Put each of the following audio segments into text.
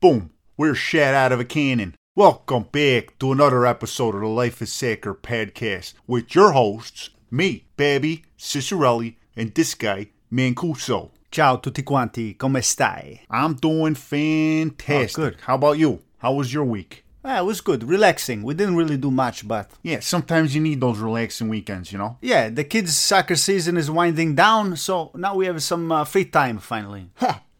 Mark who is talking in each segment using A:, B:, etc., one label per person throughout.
A: Boom, we're shot out of a cannon. Welcome back to another episode of the Life is Sacker podcast with your hosts, me, Babby, Cicerelli, and this guy, Mancuso.
B: Ciao tutti quanti, come stai?
A: I'm doing fantastic.
B: Oh, good.
A: How about you? How was your week?
B: Ah, it was good, relaxing. We didn't really do much, but
A: Yeah, sometimes you need those relaxing weekends, you know?
B: yeah, the kids' soccer season is winding down, so now we have some uh, free time finally.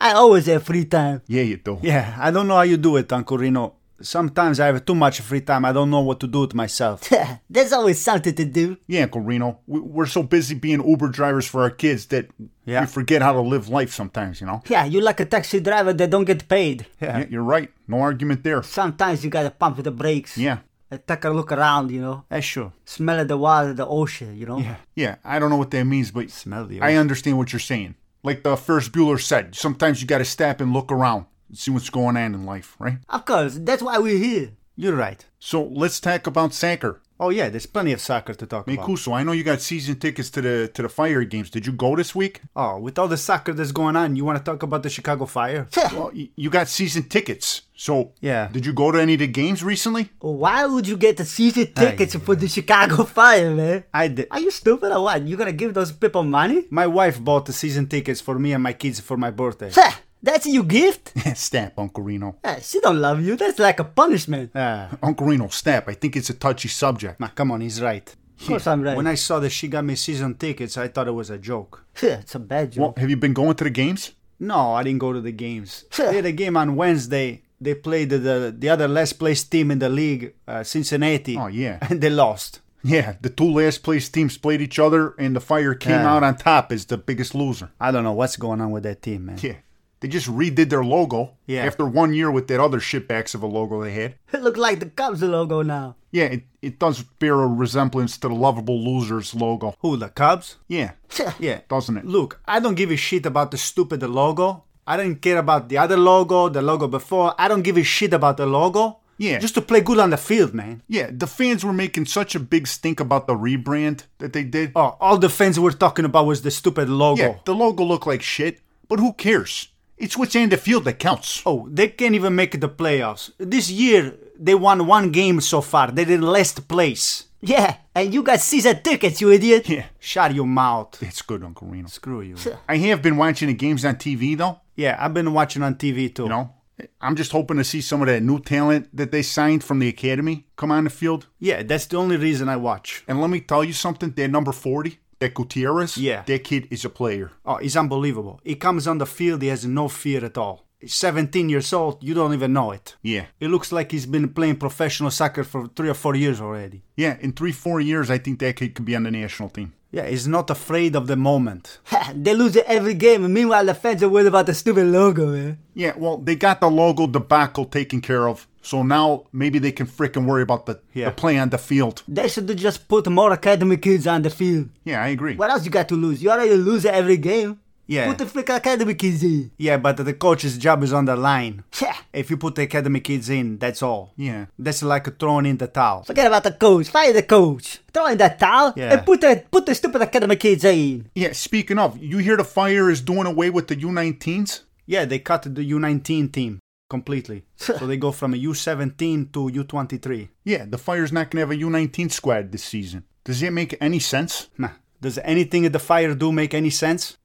B: I always have free time.
A: Yeah, you do.
B: Yeah, I don't know how you do it, Uncle Reno. Sometimes I have too much free time. I don't know what to do with myself.
C: There's always something to do.
A: Yeah, Uncle Reno, we- we're so busy being Uber drivers for our kids that
B: Yeah.
A: we forget how to live life sometimes, you know?
C: Yeah, you're like a taxi driver that don't get paid.
A: Yeah, you're right. No argument there.
C: Sometimes you gotta pump the brakes.
A: Yeah.
C: And take a look around, you know.
B: Eh, sure.
C: Smell the water, the ocean, you know.
B: Yeah.
A: Yeah, I don't know what that means, but
B: Smell the
A: I
B: ocean.
A: understand what you're saying. Like the first Bueller said, sometimes you got to step and look around and see what's going on in life, right?
C: Of course, that's why we're here.
B: You're right.
A: So let's talk about soccer.
B: Oh yeah, there's plenty of soccer to talk about.
A: Mancuso, I know you got season tickets to the to the fire games. Did you go this week?
B: Oh, with all the soccer that's going on, you want to talk about the Chicago Fire?
A: Well, y- you got season tickets. So
B: Yeah.
A: did you go to any of the games recently?
C: Why would you get the season tickets for the Chicago Fire, man?
B: I did.
C: Are you stupid or what? You gonna give those people money?
B: My wife bought the season tickets for me and my kids for my birthday.
C: that's your gift?
A: snap, Uncle Reno.
C: Eh, she don't love you. That's like a punishment.
B: Ah,
A: Uncle Reno, snap. I think it's a touchy subject.
B: Ma, come on, he's right.
C: Of course I'm right.
B: When I saw that she got me season tickets, I thought it was a joke.
C: it's a bad
A: Well,
C: joke.
A: have you been going to the games?
B: No, I didn't go to the games. they had a game on Wednesday. They played the the, the other last place team in the league, uh, Cincinnati.
A: Oh, yeah.
B: and they lost.
A: Yeah, the two last place teams played each other, and the Fire came
B: Yeah.
A: out on top as the biggest loser.
B: I don't know what's going on with that team, man.
A: Yeah. They just redid their logo
B: Yeah.
A: after one year with that other shitbacks of a logo they had.
C: it looked like the Cubs logo now.
A: Yeah, it, it does bear a resemblance to the lovable losers logo.
B: Who the Cubs?
A: Yeah,
B: Yeah.
A: doesn't it?
B: Look, I don't give a shit about the stupid logo. I don't care about the other logo, the logo before. I don't give a shit about the logo.
A: Yeah.
B: Just to play good on the field, man.
A: Yeah, the fans were making such a big stink about the rebrand that they did.
B: Oh, all the fans were talking about was the stupid logo.
A: Yeah, the logo looked like shit, but who cares? It's what's in the field that counts.
B: Oh, they can't even make the playoffs. This year, they won one game so far. They're in last place.
C: Yeah, and you got season tickets, you idiot.
A: Yeah,
B: Shut your mouth.
A: it's good, Uncle Reno.
B: Screw you.
A: I have been watching the games on TV, though.
B: Yeah, I've been watching on TV too.
A: You know, I'm just hoping to see some of that new talent that they signed from the academy come on the field.
B: Yeah, that's the only reason I watch.
A: And let me tell you something, that number 40, that Gutierrez,
B: Yeah.
A: that kid is a player.
B: Oh, he's unbelievable. He comes on the field, he has no fear at all. He's 17 years old, you don't even know it.
A: Yeah.
B: It looks like he's been playing professional soccer for three or four years already.
A: Yeah, in three, four years, I think that kid could be on the national team.
B: Yeah, he's not afraid of the moment.
C: they lose every game. Meanwhile, the fans are worried about the stupid logo, man.
A: Yeah, well, they got the logo debacle taken care of, so now maybe they can frickin' worry about the,
B: Yeah.
A: the play on the field.
C: They should just put more academy kids on the field.
A: Yeah, I agree.
C: What else you got to lose? You already lose every game.
B: Yeah.
C: Put the freaking academy kids in.
B: Yeah, but the coach's job is on the line.
C: Yeah.
B: If you put the academy kids in, that's all.
A: Yeah.
B: That's like throwing in the towel.
C: Forget about the coach. Fire the coach. Throw in that towel
B: Yeah.
C: and put the put the stupid academy kids in.
A: Yeah, speaking of, you hear the fire is doing away with the U19s?
B: Yeah, they cut the U19 team completely. so they go from a U17 to U23.
A: Yeah, the fire's not gonna have a U19 squad this season. Does that make any sense?
B: Nah. Does anything at the fire do make any sense?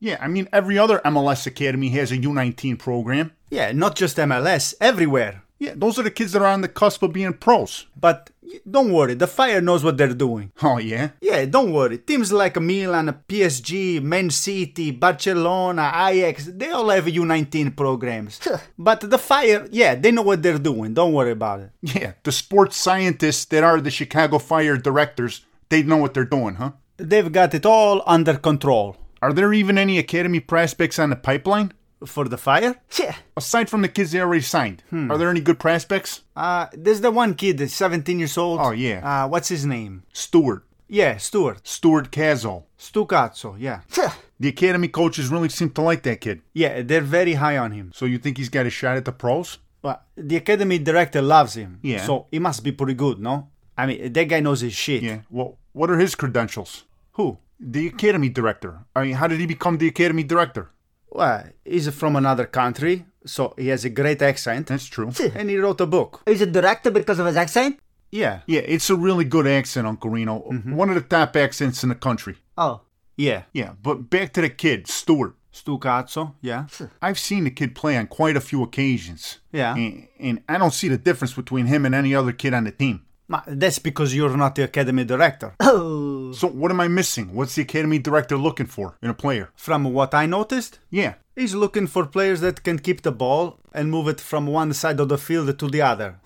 A: Yeah, I mean, every other MLS academy has a U19 program.
B: Yeah, not just MLS, everywhere.
A: Yeah, those are the kids that are on the cusp of being pros.
B: But y- don't worry, the fire knows what they're doing.
A: Oh, yeah?
B: Yeah, don't worry. Teams like Milan, PSG, Man City, Barcelona, Ajax, they all have U19 programs. but the fire, yeah, they know what they're doing. Don't worry about it.
A: Yeah, the sports scientists that are the Chicago Fire directors, they know what they're doing, huh?
B: They've got it all under control.
A: Are there even any academy prospects on the pipeline?
B: For the fire?
C: Yeah.
A: Aside from the kids they already signed, are there any good prospects?
B: Uh, there's the one kid that's 17 years old.
A: Oh, yeah.
B: Uh, what's his name?
A: Stewart,
B: Yeah, Stuart.
A: Stuart Cazzo.
B: Stu Cazzo, yeah.
C: Yeah.
A: The academy coaches really seem to like that kid.
B: Yeah, they're very high on him.
A: So you think he's got a shot at the pros?
B: But the academy director loves him.
A: Yeah.
B: So he must be pretty good, no? I mean, that guy knows his shit.
A: Yeah. Well, what are his credentials?
B: Who?
A: The academy director. I mean, how did he become the academy director?
B: Well, he's from another country, so he has a great accent,
A: That's true.
B: and he wrote a book.
C: He's a director because of his accent?
B: Yeah,
A: Yeah, it's a really good accent, Uncle Reno. One of the top accents in the country.
C: Oh,
B: yeah.
A: Yeah, but back to the kid, Stuart.
B: Stu Cazzo, yeah.
A: I've seen the kid play on quite a few occasions.
B: Yeah.
A: And, and I don't see the difference between him and any other kid on the team.
B: Ma- That's because you're not the academy director.
C: oh,
A: So what am I missing? What's the academy director looking for in a player?
B: From what I noticed,
A: Yeah.
B: he's looking for players that can keep the ball and move it from one side of the field to the other.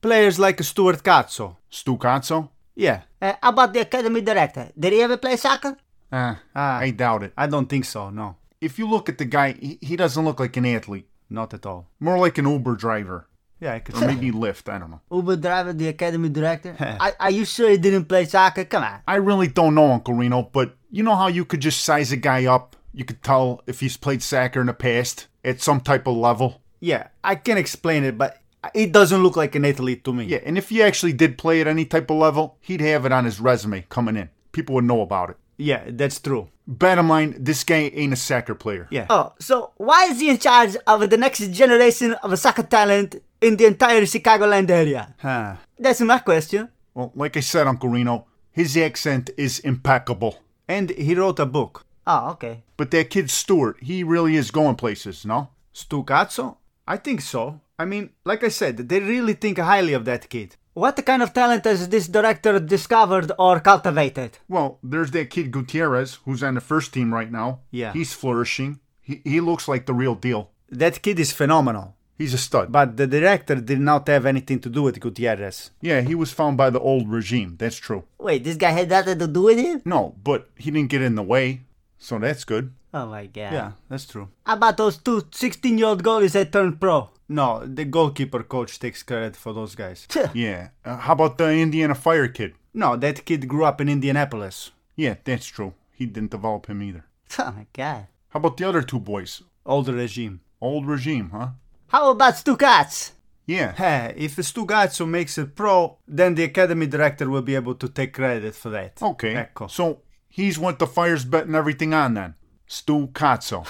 B: Players like Stuart Cazzo.
A: Stu Cazzo?
B: Yeah,
C: uh, how about the academy director? Did he ever play soccer?
A: Uh,
B: Ah.
A: I doubt it.
B: I don't think so, no.
A: If you look at the guy, he, he doesn't look like an athlete.
B: Not at all.
A: More like an Uber driver.
B: Yeah, I could
A: Or maybe Lyft, I don't know.
C: Uber driver, the academy director? are, are you sure he didn't play soccer? Come on.
A: I really don't know, Uncle Reno, but you know how you could just size a guy up? You could tell if he's played soccer in the past at some type of level.
B: Yeah, I can explain it, but it doesn't look like an athlete to me.
A: Yeah, and if he actually did play at any type of level, he'd have it on his resume coming in. People would know about it.
B: yeah that's true.
A: Bottom line, this guy ain't a soccer player.
B: Yeah.
C: Oh, so why is he in charge of the next generation of soccer talent in the entire Chicagoland area?
B: Huh.
C: That's my question.
A: Well, like I said, Uncle Reno, his accent is impeccable.
B: And he wrote a book.
C: Oh, okay.
A: But that kid Stewart, he really is going places, no?
B: Stu Cazzo? I think so. I mean, like I said, they really think highly of that kid.
C: What kind of talent has this director discovered or cultivated?
A: Well, there's that kid Gutierrez, who's on the first team right now.
B: Yeah.
A: He's flourishing. He, he looks like the real deal.
B: That kid is phenomenal.
A: He's a stud.
B: But the director did not have anything to do with Gutierrez.
A: Yeah, he was found by the old regime. That's true.
C: Wait, this guy had nothing to do with it?
A: No, but he didn't get in the way, so that's good.
C: Oh my god.
B: Yeah, that's true.
C: How about those two 16 year old goalies that turned pro?
B: No, the goalkeeper coach takes credit for those guys.
A: Yeah. Uh, how about the Indiana Fire kid?
B: No, that kid grew up in Indianapolis.
A: Yeah, that's true. He didn't develop him either.
C: Oh my god.
A: How about the other two boys?
B: Old regime.
A: Old regime, huh?
C: How about Stu Katz?
A: Yeah.
B: Hey, if Stugazzo makes it pro, then the academy director will be able to take credit for that.
A: Okay.
B: Ecco.
A: So he's what the fire's betting everything on then. Stu Cazzo.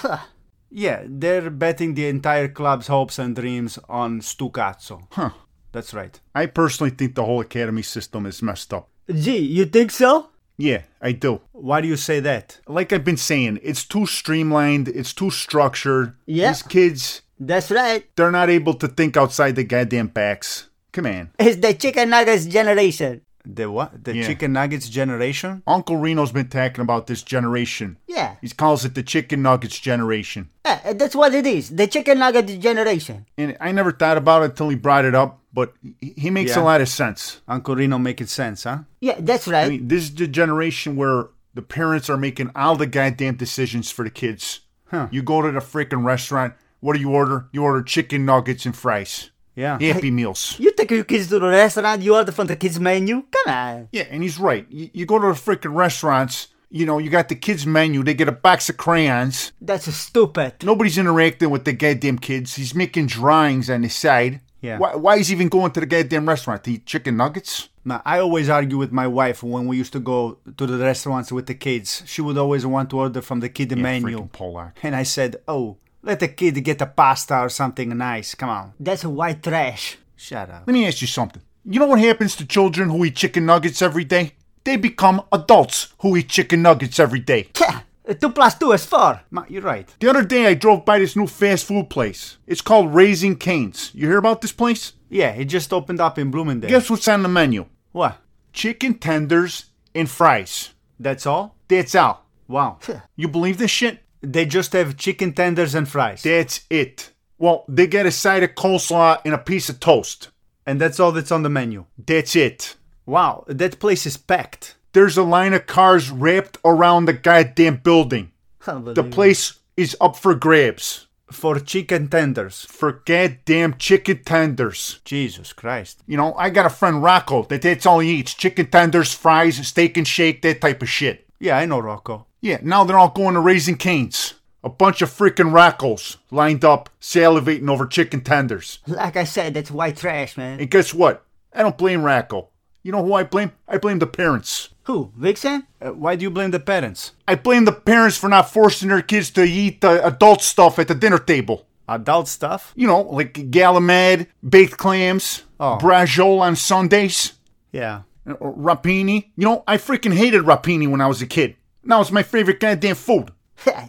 B: Yeah, they're betting the entire club's hopes and dreams on Stugazzo.
A: huh.
B: That's right.
A: I personally think the whole academy system is messed up.
C: Gee, you think so?
A: Yeah, I do.
B: Why do you say that?
A: Like I've been saying, it's too streamlined, it's too structured.
C: Yeah.
A: These kids,
C: That's right.
A: they're not able to think outside the goddamn box. Come on.
C: It's the chicken nuggets generation.
B: The what? The
A: Yeah.
B: chicken nuggets generation?
A: Uncle Reno's been talking about this generation.
C: Yeah.
A: He calls it the chicken nuggets generation.
C: yeah. That's what it is. The chicken nugget generation.
A: and I never thought about it until he brought it up, but he he makes a
B: Yeah.
A: lot of sense.
B: Uncle Reno making sense, huh?
C: Yeah, that's right.
A: I mean, this is the generation where the parents are making all the goddamn decisions for the kids.
B: Huh.
A: You go to the freaking restaurant, what do you order? You order chicken nuggets and fries.
B: Yeah.
A: Happy meals.
C: you take your kids to the restaurant, you order from the kids' menu. Come on.
A: Yeah, and he's right. You, you go to the freaking restaurants, you know, you got the kids' menu, they get a box of crayons.
C: That's stupid.
A: Nobody's interacting with the goddamn kids. He's making drawings on the side.
B: Yeah.
A: Why, why is he even going to the goddamn restaurant to eat chicken nuggets?
B: Now, I always argue with my wife when we used to go to the restaurants with the kids. She would always want to order from the kid menu.
A: Freaking Polak.
B: And I said, Oh, let the kid get a pasta or something nice. Come on.
C: That's white trash.
B: Shut up.
A: Let me ask you something. You know what happens to children who eat chicken nuggets every day? They become adults who eat chicken nuggets every day.
C: Yeah. Uh, Two plus two is four.
B: Ma, you're right.
A: The other day I drove by this new fast food place. It's called Raising Canes. You hear about this place?
B: Yeah, it just opened up in Bloomingdale.
A: Guess what's on the menu?
B: What?
A: Chicken tenders and fries.
B: That's all?
A: That's all.
B: Wow.
A: You believe this shit?
B: they just have chicken tenders and fries.
A: That's it. Well, they get a side of coleslaw and a piece of toast.
B: and that's all that's on the menu.
A: That's it.
B: Wow, that place is packed.
A: There's a line of cars wrapped around the goddamn building. The
C: Unbelievable.
A: place is up for grabs.
B: For chicken tenders.
A: for goddamn chicken tenders.
B: Jesus Christ.
A: You know, I got a friend Rocco that that's all he eats: chicken tenders, fries, steak and shake, that type of shit.
B: Yeah, I know, Rocco.
A: Yeah, now they're all going to Raising Canes. A bunch of freaking Roccos lined up, salivating over chicken tenders.
C: Like I said, that's white trash, man.
A: And guess what? I don't blame Rocco. You know who I blame? I blame the parents.
C: Who? Vixen?
B: Uh, why do you blame the parents?
A: I blame the parents for not forcing their kids to eat the adult stuff at the dinner table.
B: Adult stuff?
A: You know, like galamed, baked clams,
B: Oh.
A: brajol on Sundays,
B: Yeah.
A: uh, rapini. You know, I freaking hated rapini when I was a kid. Now it's my favorite goddamn food.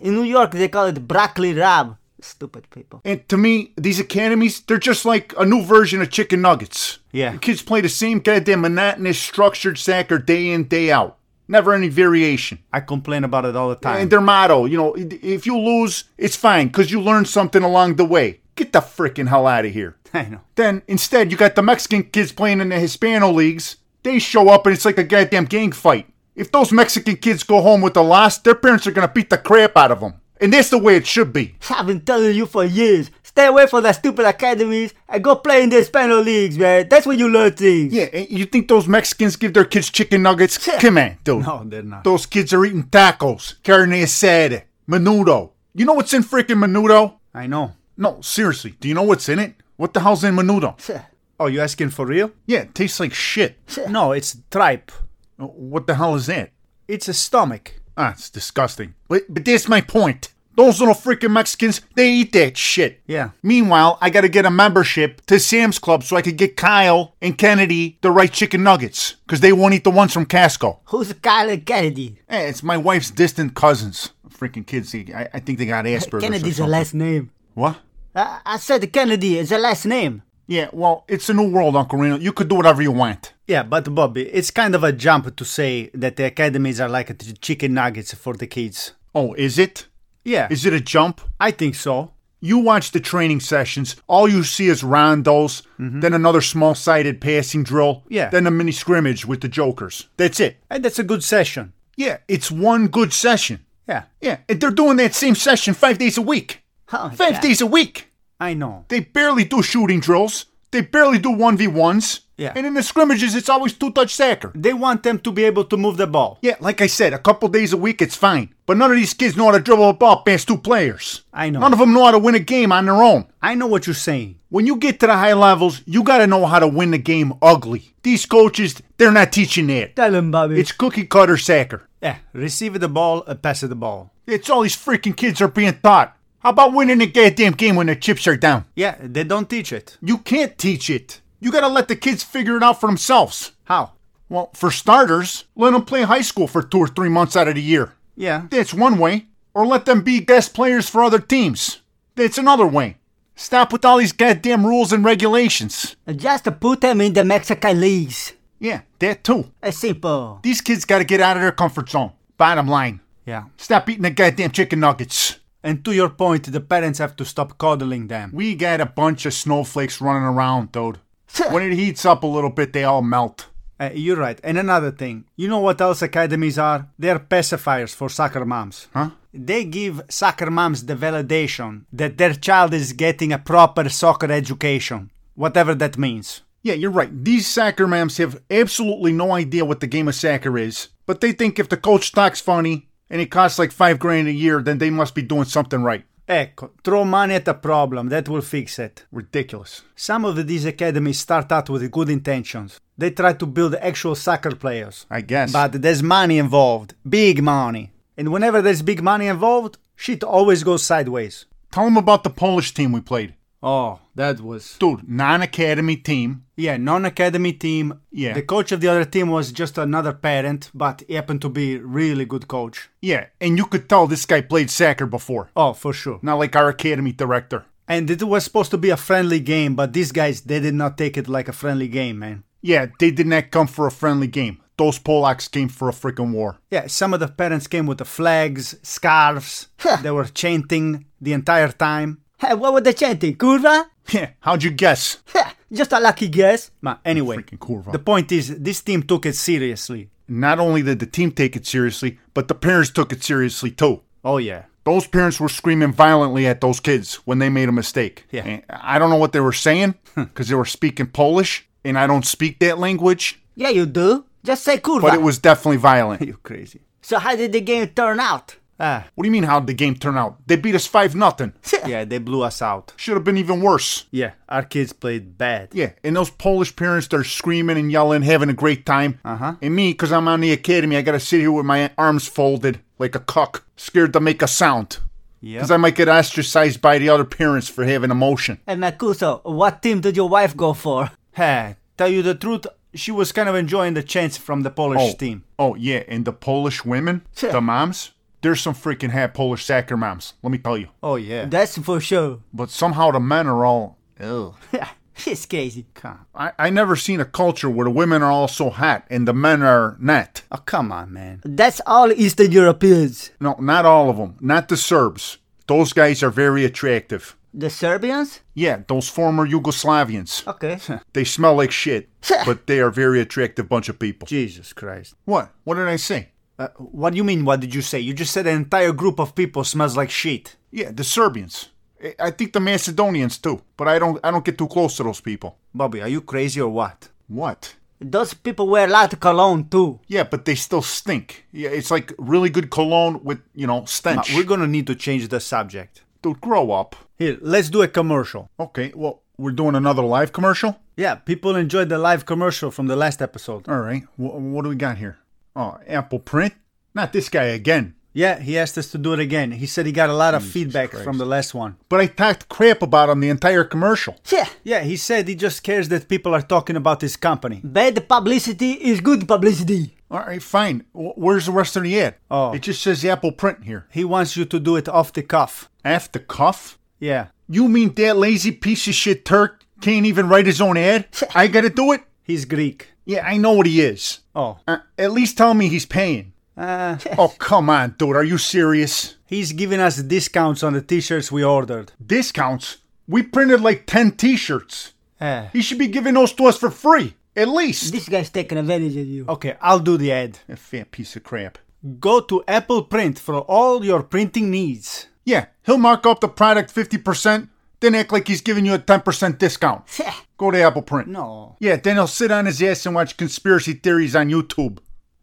C: In New York, they call it broccoli rab. Stupid people.
A: And to me, these academies, they're just like a new version of chicken nuggets.
B: Yeah.
A: The kids play the same goddamn monotonous, structured soccer day in, day out. Never any variation.
B: I complain about it all the time.
A: And their motto, you know, if you lose, it's fine, because you learned something along the way. Get the freaking hell out of here.
B: I know.
A: Then instead, you got the Mexican kids playing in the Hispano leagues. They show up and it's like a goddamn gang fight. If those Mexican kids go home with a loss, their parents are gonna beat the crap out of them. And that's the way it should be.
C: I've been telling you for years. Stay away from the stupid academies and go play in the Hispano leagues, man. That's where you learn things.
A: Yeah, and you think those Mexicans give their kids chicken nuggets? Come on, dude.
B: No, they're not.
A: Those kids are eating tacos, carne asada, menudo. You know what's in freaking menudo?
B: I know.
A: No, seriously, do you know what's in it? What the hell's in menudo?
B: Oh, you asking for real?
A: Yeah, it tastes like shit.
B: No, it's tripe.
A: Uh, What the hell is that?
B: It's a stomach.
A: Ah, it's disgusting. But, but that's my point. Those little freaking Mexicans, they eat that shit.
B: Yeah.
A: Meanwhile, I gotta get a membership to Sam's Club so I could get Kyle and Kennedy the right chicken nuggets, because they won't eat the ones from Casco.
C: Who's Kyle and Kennedy?
A: Hey, it's my wife's distant cousins. Freaking kids, they- I, I think they got Asperger's.
C: Kennedy's
A: or
C: a
A: something.
C: last name.
A: What?
C: I, I said Kennedy is a last name.
A: Yeah, well, it's a new world, Uncle Reno. You could do whatever you want.
B: Yeah, but Bobby, it's kind of a jump to say that the academies are like the chicken nuggets for the kids.
A: Oh, is it?
B: Yeah,
A: Is it a jump?
B: I think so.
A: You watch the training sessions. All you see is rondos, then another small-sided passing drill,
B: Mm-hmm. Yeah.
A: then a mini scrimmage with the jokers. That's it.
B: And that's a good session.
A: Yeah, it's one good session.
B: Yeah,
A: Yeah, and they're doing that same session five days a week.
C: Oh,
A: Five days a week.
B: I know.
A: They barely do shooting drills. They barely do one v ones.
B: Yeah.
A: And in the scrimmages, it's always two-touch sacker.
B: They want them to be able to move the ball.
A: Yeah, like I said, a couple days a week, it's fine. But none of these kids know how to dribble a ball past two players.
B: I know.
A: None of them know how to win a game on their own.
B: I know what you're saying.
A: When you get to the high levels, you got to know how to win the game ugly. These coaches, they're not teaching that.
C: Tell him, Bobby.
A: It's cookie cutter soccer.
B: Yeah, receive the ball, uh, pass the ball.
A: It's all these freaking kids are being taught. How about winning a goddamn game when the chips are down?
B: Yeah, they don't teach it.
A: You can't teach it. You got to let the kids figure it out for themselves.
B: How?
A: Well, for starters, let them play high school for two or three months out of the year.
B: Yeah,
A: That's one way. Or let them be guest players for other teams. That's another way. Stop with all these goddamn rules and regulations.
C: Just put him in the Mexican leagues.
A: Yeah, that too.
C: It's simple.
A: These kids gotta get out of their comfort zone. Bottom line.
B: yeah.
A: Stop eating the goddamn chicken nuggets.
B: And to your point, the parents have to stop coddling them.
A: We got a bunch of snowflakes running around, dude. When it heats up a little bit, they all melt.
B: Uh, you're right. And another thing, you know what else academies are? They're pacifiers for soccer moms.
A: Huh?
B: They give soccer moms the validation that their child is getting a proper soccer education, whatever that means.
A: Yeah, you're right. These soccer moms have absolutely no idea what the game of soccer is, but they think if the coach talks funny and it costs like five grand a year, then they must be doing something right.
B: Ecco, throw money at the problem, that will fix it.
A: Ridiculous.
B: Some of these academies start out with good intentions. They try to build actual soccer players.
A: I guess.
B: But there's money involved, big money. And whenever there's big money involved, shit always goes sideways.
A: Tell them about the Polish team we played.
B: Oh, that was.
A: Dude, non academy team.
B: Yeah, non academy team.
A: Yeah.
B: The coach of the other team was just another parent, but he happened to be really good coach.
A: Yeah, and you could tell this guy played soccer before.
B: Oh, for sure.
A: Not like our academy director.
B: And it was supposed to be a friendly game, but these guys, they did not take it like a friendly game, man.
A: Yeah, they did not come for a friendly game. Those Polacks came for a freaking war.
B: Yeah, some of the parents came with the flags, scarves.
C: Huh.
B: they were chanting the entire time.
C: Hey, what were they chanting? Curva?
A: Yeah, how'd you guess?
C: Heh, Just a lucky guess.
B: But Uh, anyway,
A: Freaking curva.
B: the point is, this team took it seriously.
A: Not only did the team take it seriously, but the parents took it seriously too.
B: Oh, yeah.
A: Those parents were screaming violently at those kids when they made a mistake.
B: Yeah.
A: And I don't know what they were saying because they were speaking Polish, and I don't speak that language,
C: Yeah, you do. Just say curva.
A: but it was definitely violent.
B: You crazy.
C: so how did the game turn out?
B: Ah,
A: What do you mean how'd the game turn out? They beat us 5 nothing.
B: yeah, they blew us out.
A: Should have been even worse.
B: Yeah, our kids played bad.
A: Yeah, and those Polish parents, they're screaming and yelling, having a great time.
B: Uh-huh.
A: And me, because I'm on the academy, I gotta sit here with my arms folded like a cuck, scared to make a sound.
B: Yeah.
A: Because I might get ostracized by the other parents for having emotion.
C: Hey, Makuso, what team did your wife go for?
B: Hey, tell you the truth, she was kind of enjoying the chance from the Polish team.
A: Oh yeah, and the Polish women,
C: Sure.
A: the moms, there's some freaking hat Polish soccer moms. Let me tell you.
B: Oh yeah.
C: That's for sure.
A: But somehow the men are all. Ew.
C: It's crazy.
A: I I never seen a culture where the women are all so hot and the men are not.
B: Oh come on, man.
C: That's all Eastern Europeans.
A: No, not all of them. Not the Serbs. Those guys are very attractive.
C: The Serbians?
A: Yeah, those former Yugoslavians.
C: Okay.
A: They smell like shit,
C: Sure.
A: but they are very attractive bunch of people.
B: Jesus Christ.
A: What? What did I say?
B: Uh, what do you mean? What did you say? You just said an entire group of people smells like shit.
A: Yeah, the Serbians. I- I think the Macedonians too, but I don't I don't get too close to those people.
B: Bobby, are you crazy or what?
A: What?
C: Those people wear a lot of cologne too.
A: Yeah, but they still stink. Yeah, it's like really good cologne with, you know,
B: Ma,
A: stench.
B: Uh, we're gonna need to change the subject.
A: Dude, grow up.
B: Here, let's do a commercial.
A: Okay, well, we're doing another live commercial?
B: Yeah, people enjoyed the live commercial from the last episode.
A: All right, wh- what do we got here? Oh, Apple Print? Not this guy again.
B: Yeah, he asked us to do it again. He said he got a lot of feedback from the last one.
A: But I talked crap about him the entire commercial.
C: Yeah.
B: Yeah, he said he just cares that people are talking about his company.
C: Bad publicity is good publicity.
A: All right, fine. Wh- Where's the rest of the ad?
B: Oh.
A: It just says Apple Print here.
B: He wants you to do it off the cuff.
A: After cuff?
B: Yeah.
A: You mean that lazy piece of shit Turk can't even write his own ad? I gotta do it?
B: He's Greek.
A: Yeah, I know what he is.
B: Oh.
A: Uh, at least tell me he's paying.
B: Uh,
A: Oh, come on, dude. Are you serious?
B: he's giving us discounts on the t shirts we ordered.
A: Discounts? We printed like 10 t shirts.
B: Eh.
A: He should be giving those to us for free. At least.
C: This guy's taking advantage of you.
B: Okay, I'll do the ad.
A: A fat piece of crap.
B: Go to Apple Print for all your printing needs.
A: Yeah, he'll mark up the product 50%, then act like he's giving you a 10% discount.
C: Yeah.
A: Go to Apple Print.
B: No.
A: Yeah, then he'll sit on his ass and watch conspiracy theories on YouTube,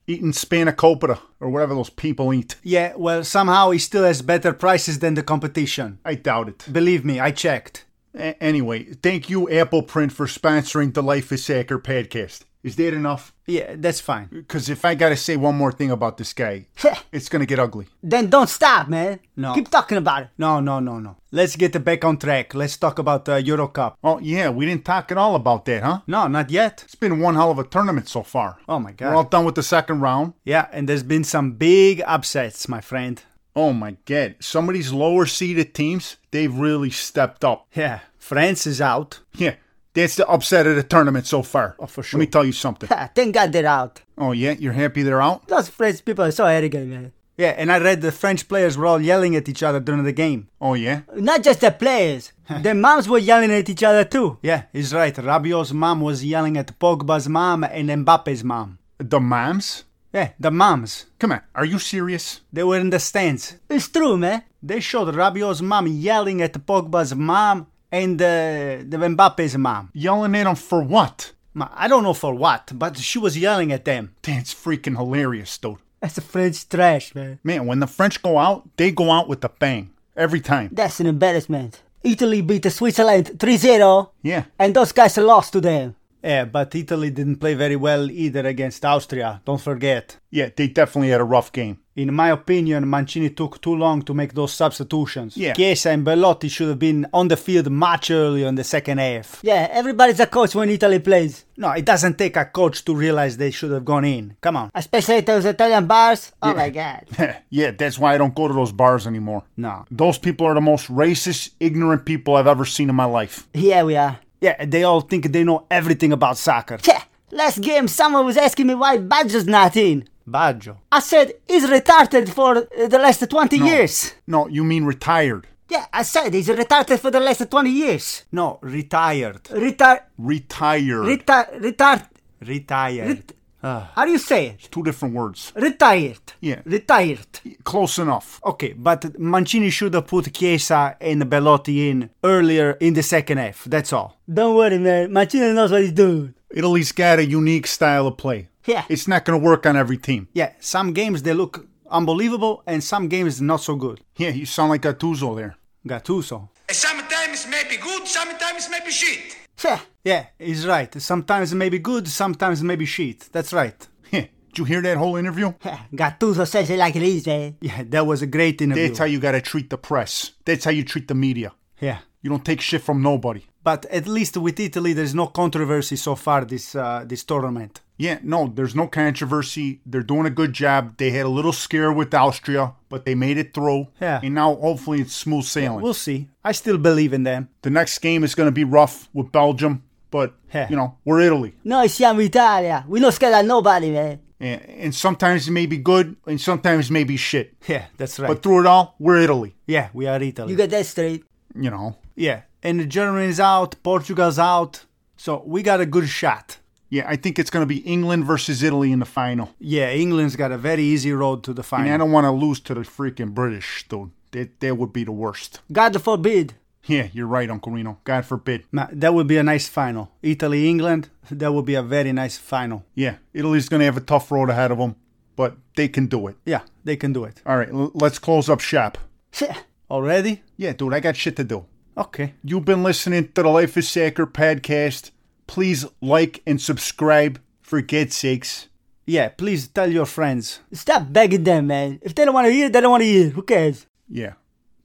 A: eating spanakopita or whatever those people eat.
B: Yeah, well, somehow he still has better prices than the competition.
A: I doubt it.
B: Believe me, I checked.
A: A- anyway, thank you, Apple Print, for sponsoring the Life is Sacker podcast. Is that enough?
B: Yeah, that's fine.
A: Because if I gotta say one more thing about this guy, it's gonna get ugly.
C: Then don't stop, man.
B: No.
C: Keep talking about it.
B: No, no, no, no. Let's get back on track. Let's talk about uh, Euro Cup.
A: Oh yeah, we didn't talk at all about that, huh?
B: No, not yet.
A: It's been one hell of a tournament so far.
B: Oh my
A: We're all
B: god.
A: done with the second round.
B: Yeah, and there's been some big upsets, my friend.
A: Oh my god, some of these lower seeded teams, they've really stepped up.
B: Yeah, France is out.
A: Yeah, that's the upset of the tournament so far. Oh,
B: for
A: Let me tell you something.
C: Ha, Thank God they're out.
A: oh yeah, you're happy they're out?
C: Those French people are so arrogant, man.
B: Yeah, and I read the French players were all yelling at each other during the game.
A: Oh yeah?
C: Not just the players. Their moms were yelling at each other too.
B: Yeah, he's right. Rabiot's mom was yelling at Pogba's mom and Mbappe's mom.
A: The moms?
B: Yeah, the moms.
A: Come on, are you serious?
B: They were in the stands.
C: It's true, man.
B: They showed Rabiot's mom yelling at Pogba's mom and uh, the Mbappe's mom.
A: Yelling at them for what?
B: Ma, I don't know for what, but she was yelling at them.
A: That's freaking hilarious, dude.
C: That's French trash, man.
A: Man, when the French go out, they go out with a bang. Every time.
C: That's an embarrassment. Italy beat Switzerland 3 0,
A: Yeah.
C: and those guys lost to them.
B: Yeah, Eh, but Italy didn't play very well either against Austria, don't forget.
A: Yeah, they definitely had a rough game.
B: In my opinion, Mancini took too long to make those substitutions.
A: Yeah.
B: Chiesa and Bellotti should have been on the field much earlier in the second half.
C: Yeah, everybody's a coach when Italy plays.
B: No, it doesn't take a coach to realize they should have gone in. Come on.
C: Especially those Italian bars. Oh my god.
A: yeah, that's why I don't go to those bars anymore.
B: No.
A: Those people are the most racist, ignorant people I've ever seen in my life.
C: Here we are.
B: Yeah, they all think they know everything about soccer.
C: Yeah, last game someone was asking me why Baggio's not in.
B: Baggio.
C: I said he's retarded for uh, the last 20 years.
A: No, you mean retired.
C: Yeah, I said he's retarded for the last 20 years.
B: No, retired.
C: Retar,
A: Retired.
C: retar, retard.
B: Retired.
C: Ret- how do you say it?
A: Two different words.
C: Retired.
A: Ah. Yeah.
C: Retired.
A: Close enough.
B: okay, but Mancini should have put Chiesa and Bellotti in earlier in the second half. That's all.
C: Don't worry, man. Machina knows what he's doing.
A: Italy's got a unique style of play.
C: Yeah.
A: It's not going to work on every team.
B: Yeah, some games they look unbelievable, and some games not so good.
A: Yeah, you sound like Gattuso there.
B: Gattuso.
D: Sometimes maybe good, sometimes maybe shit.
C: Heh.
B: Yeah, he's right. Sometimes maybe good, sometimes maybe shit. That's right.
A: Yeah, did you hear that whole interview?
C: Heh. Gattuso says it like it is, man.
B: Yeah, that was a great interview.
A: That's how you gotta treat the press. That's how you treat the media.
B: yeah.
A: You don't take shit from nobody.
B: But at least with Italy, there's no controversy so far this uh, this tournament.
A: Yeah, no, there's no controversy. They're doing a good job. They had a little scare with Austria, but they made it through.
B: Yeah.
A: And now hopefully it's smooth sailing.
B: We'll see. I still believe in them.
A: the next game is going to be rough with Belgium, but
B: Yeah.
A: you know we're Italy,
C: Noi siamo Italia. We don't scared of nobody, man.
A: and, and sometimes it may be good, and sometimes it may be shit.
B: Yeah, that's right.
A: But through it all, we're Italy.
B: yeah, we are
C: You
B: Italy.
C: get that straight.
A: You know,
B: yeah, and Germany's out, Portugal's out, so we got a good shot.
A: yeah, I think it's going to be England versus Italy in the final,
B: Yeah, England's got a very easy road to the final.
A: and I don't want to lose to the freaking British, dude. That that would be the worst.
C: God forbid.
A: Yeah, you're right, Uncle Reno. God forbid.
B: Ma- that would be a nice final. Italy, England, that would be a very nice final.
A: Yeah, Italy's going to have a tough road ahead of them, but they can do it.
B: Yeah, they can do it.
A: All right, l- let's close up shop.
C: Heh.
B: Already?
A: Yeah, dude, I got shit to do.
B: Okay.
A: You've been listening to the Life is Sacred podcast. Please like and subscribe for God's sakes.
B: Yeah, please tell your friends.
C: Stop begging them, man. If they don't want to hear, it, they don't want to hear. it. Who cares?
A: Yeah.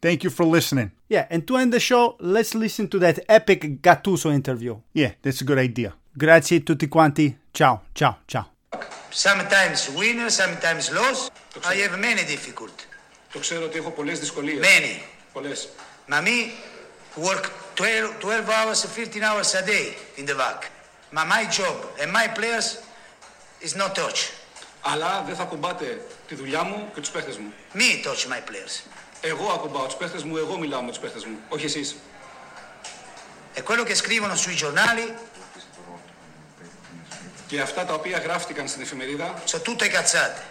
A: Thank you for listening.
B: Yeah, and to end the show, let's listen to that epic Gattuso interview.
A: Yeah, that's a good idea.
B: Grazie a tutti quanti. Ciao, ciao, ciao.
D: Sometimes winner, sometimes loss. I have many difficult.
E: Το ξέρω ότι έχω πολλές δυσκολίες.
D: Many.
E: Πολλές.
D: Mami work 12, 12 hours, 15 hours a day in the back. Ma my job and my players is not touch.
E: Αλλά δεν θα ακουμπάτε τη δουλειά μου και τους παίχτες μου.
D: Me touch my players.
E: Εγώ ακουμπάω τους παίχτες μου, εγώ μιλάω με τους παίχτες μου, όχι εσείς.
D: E quello che scrivono sui giornali
E: Και αυτά τα οποία γράφτηκαν στην εφημερίδα
D: sono tutte cazzate.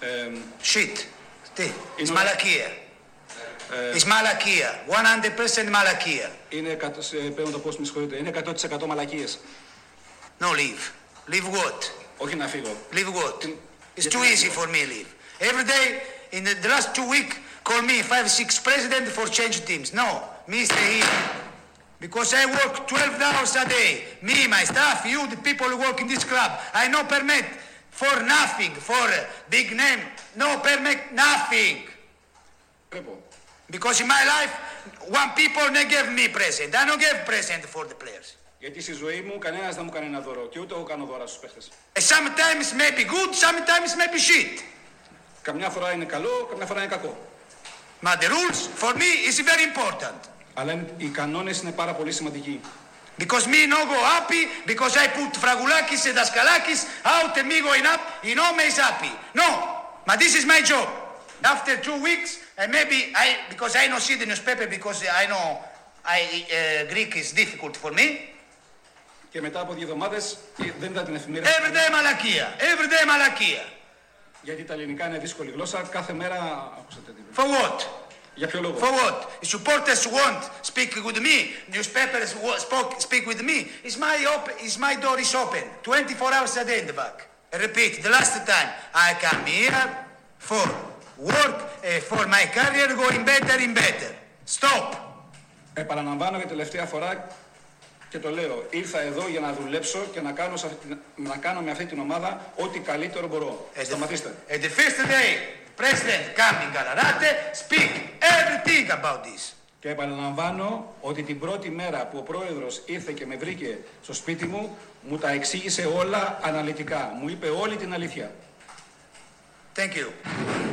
E: ε,
D: Shit. Sì. It's
E: In-
D: malachia. It's malachia. 100% malachia.
E: είναι, εκατό- σε- παίρνω το πώς με συγχωρείτε, είναι 100% μαλακίες.
D: No leave. Leave what?
E: Όχι να φύγω.
D: Leave what? It's
E: Yes,
D: too
E: leave
D: easy for me leave. Every day in the last two weeks, call me five, six president for change teams. No, me stay here. Because I work 12 hours a day. Me, my staff, you, the people who work in this club. I no permit for nothing, for uh, big name. No permit, nothing.
E: Τρέπω.
D: Because in my life, one people they gave me present. I don't give present for the players.
E: Γιατί στη ζωή μου κανένας δεν μου κάνει ένα δώρο και ούτε εγώ κάνω δώρα στους παίχτες.
D: And Sometimes maybe good, sometimes maybe shit.
E: Καμιά φορά είναι καλό, καμιά φορά είναι κακό.
D: But the rules for me is very important.
E: Αλλά είναι- οι κανόνες είναι πάρα πολύ σημαντικοί.
D: Because me no go happy, because I put Fragulakis and Daskalakis out and me going up, you know me is happy. No, but this is my job. After two weeks, and maybe I, because I don't see the newspaper, because I know I, uh, Greek is difficult for me.
E: Και μετά από δύο εβδομάδες ε, δεν είδα την εφημερίδα.
D: Every day Malakia, every day Malakia.
E: Γιατί τα ελληνικά είναι δύσκολη γλώσσα, κάθε μέρα. Ακούσατε τι. είπε.
D: For what?
E: Για ποιο λόγο.
D: For what? The supporters want speak with me. Newspapers wa- spoke, speak with me. It's my op- it's my door is open 24 hours a day in the back. I repeat, the last time I come here for work, eh, for my career going better and better. Stop.
E: Επαναλαμβάνω για τελευταία φορά και το λέω. Ήρθα εδώ για να δουλέψω και να κάνω, σε αυτή την- να κάνω με αυτή την ομάδα ό,τι καλύτερο μπορώ.
D: And the,
E: Σταματήστε.
D: and the first day, President coming Galarate speak everything about this.
E: Και επαναλαμβάνω ότι την πρώτη μέρα που ο πρόεδρος ήρθε και με βρήκε στο σπίτι μου, μου τα εξήγησε όλα αναλυτικά. Μου είπε όλη την αλήθεια.
D: Thank you.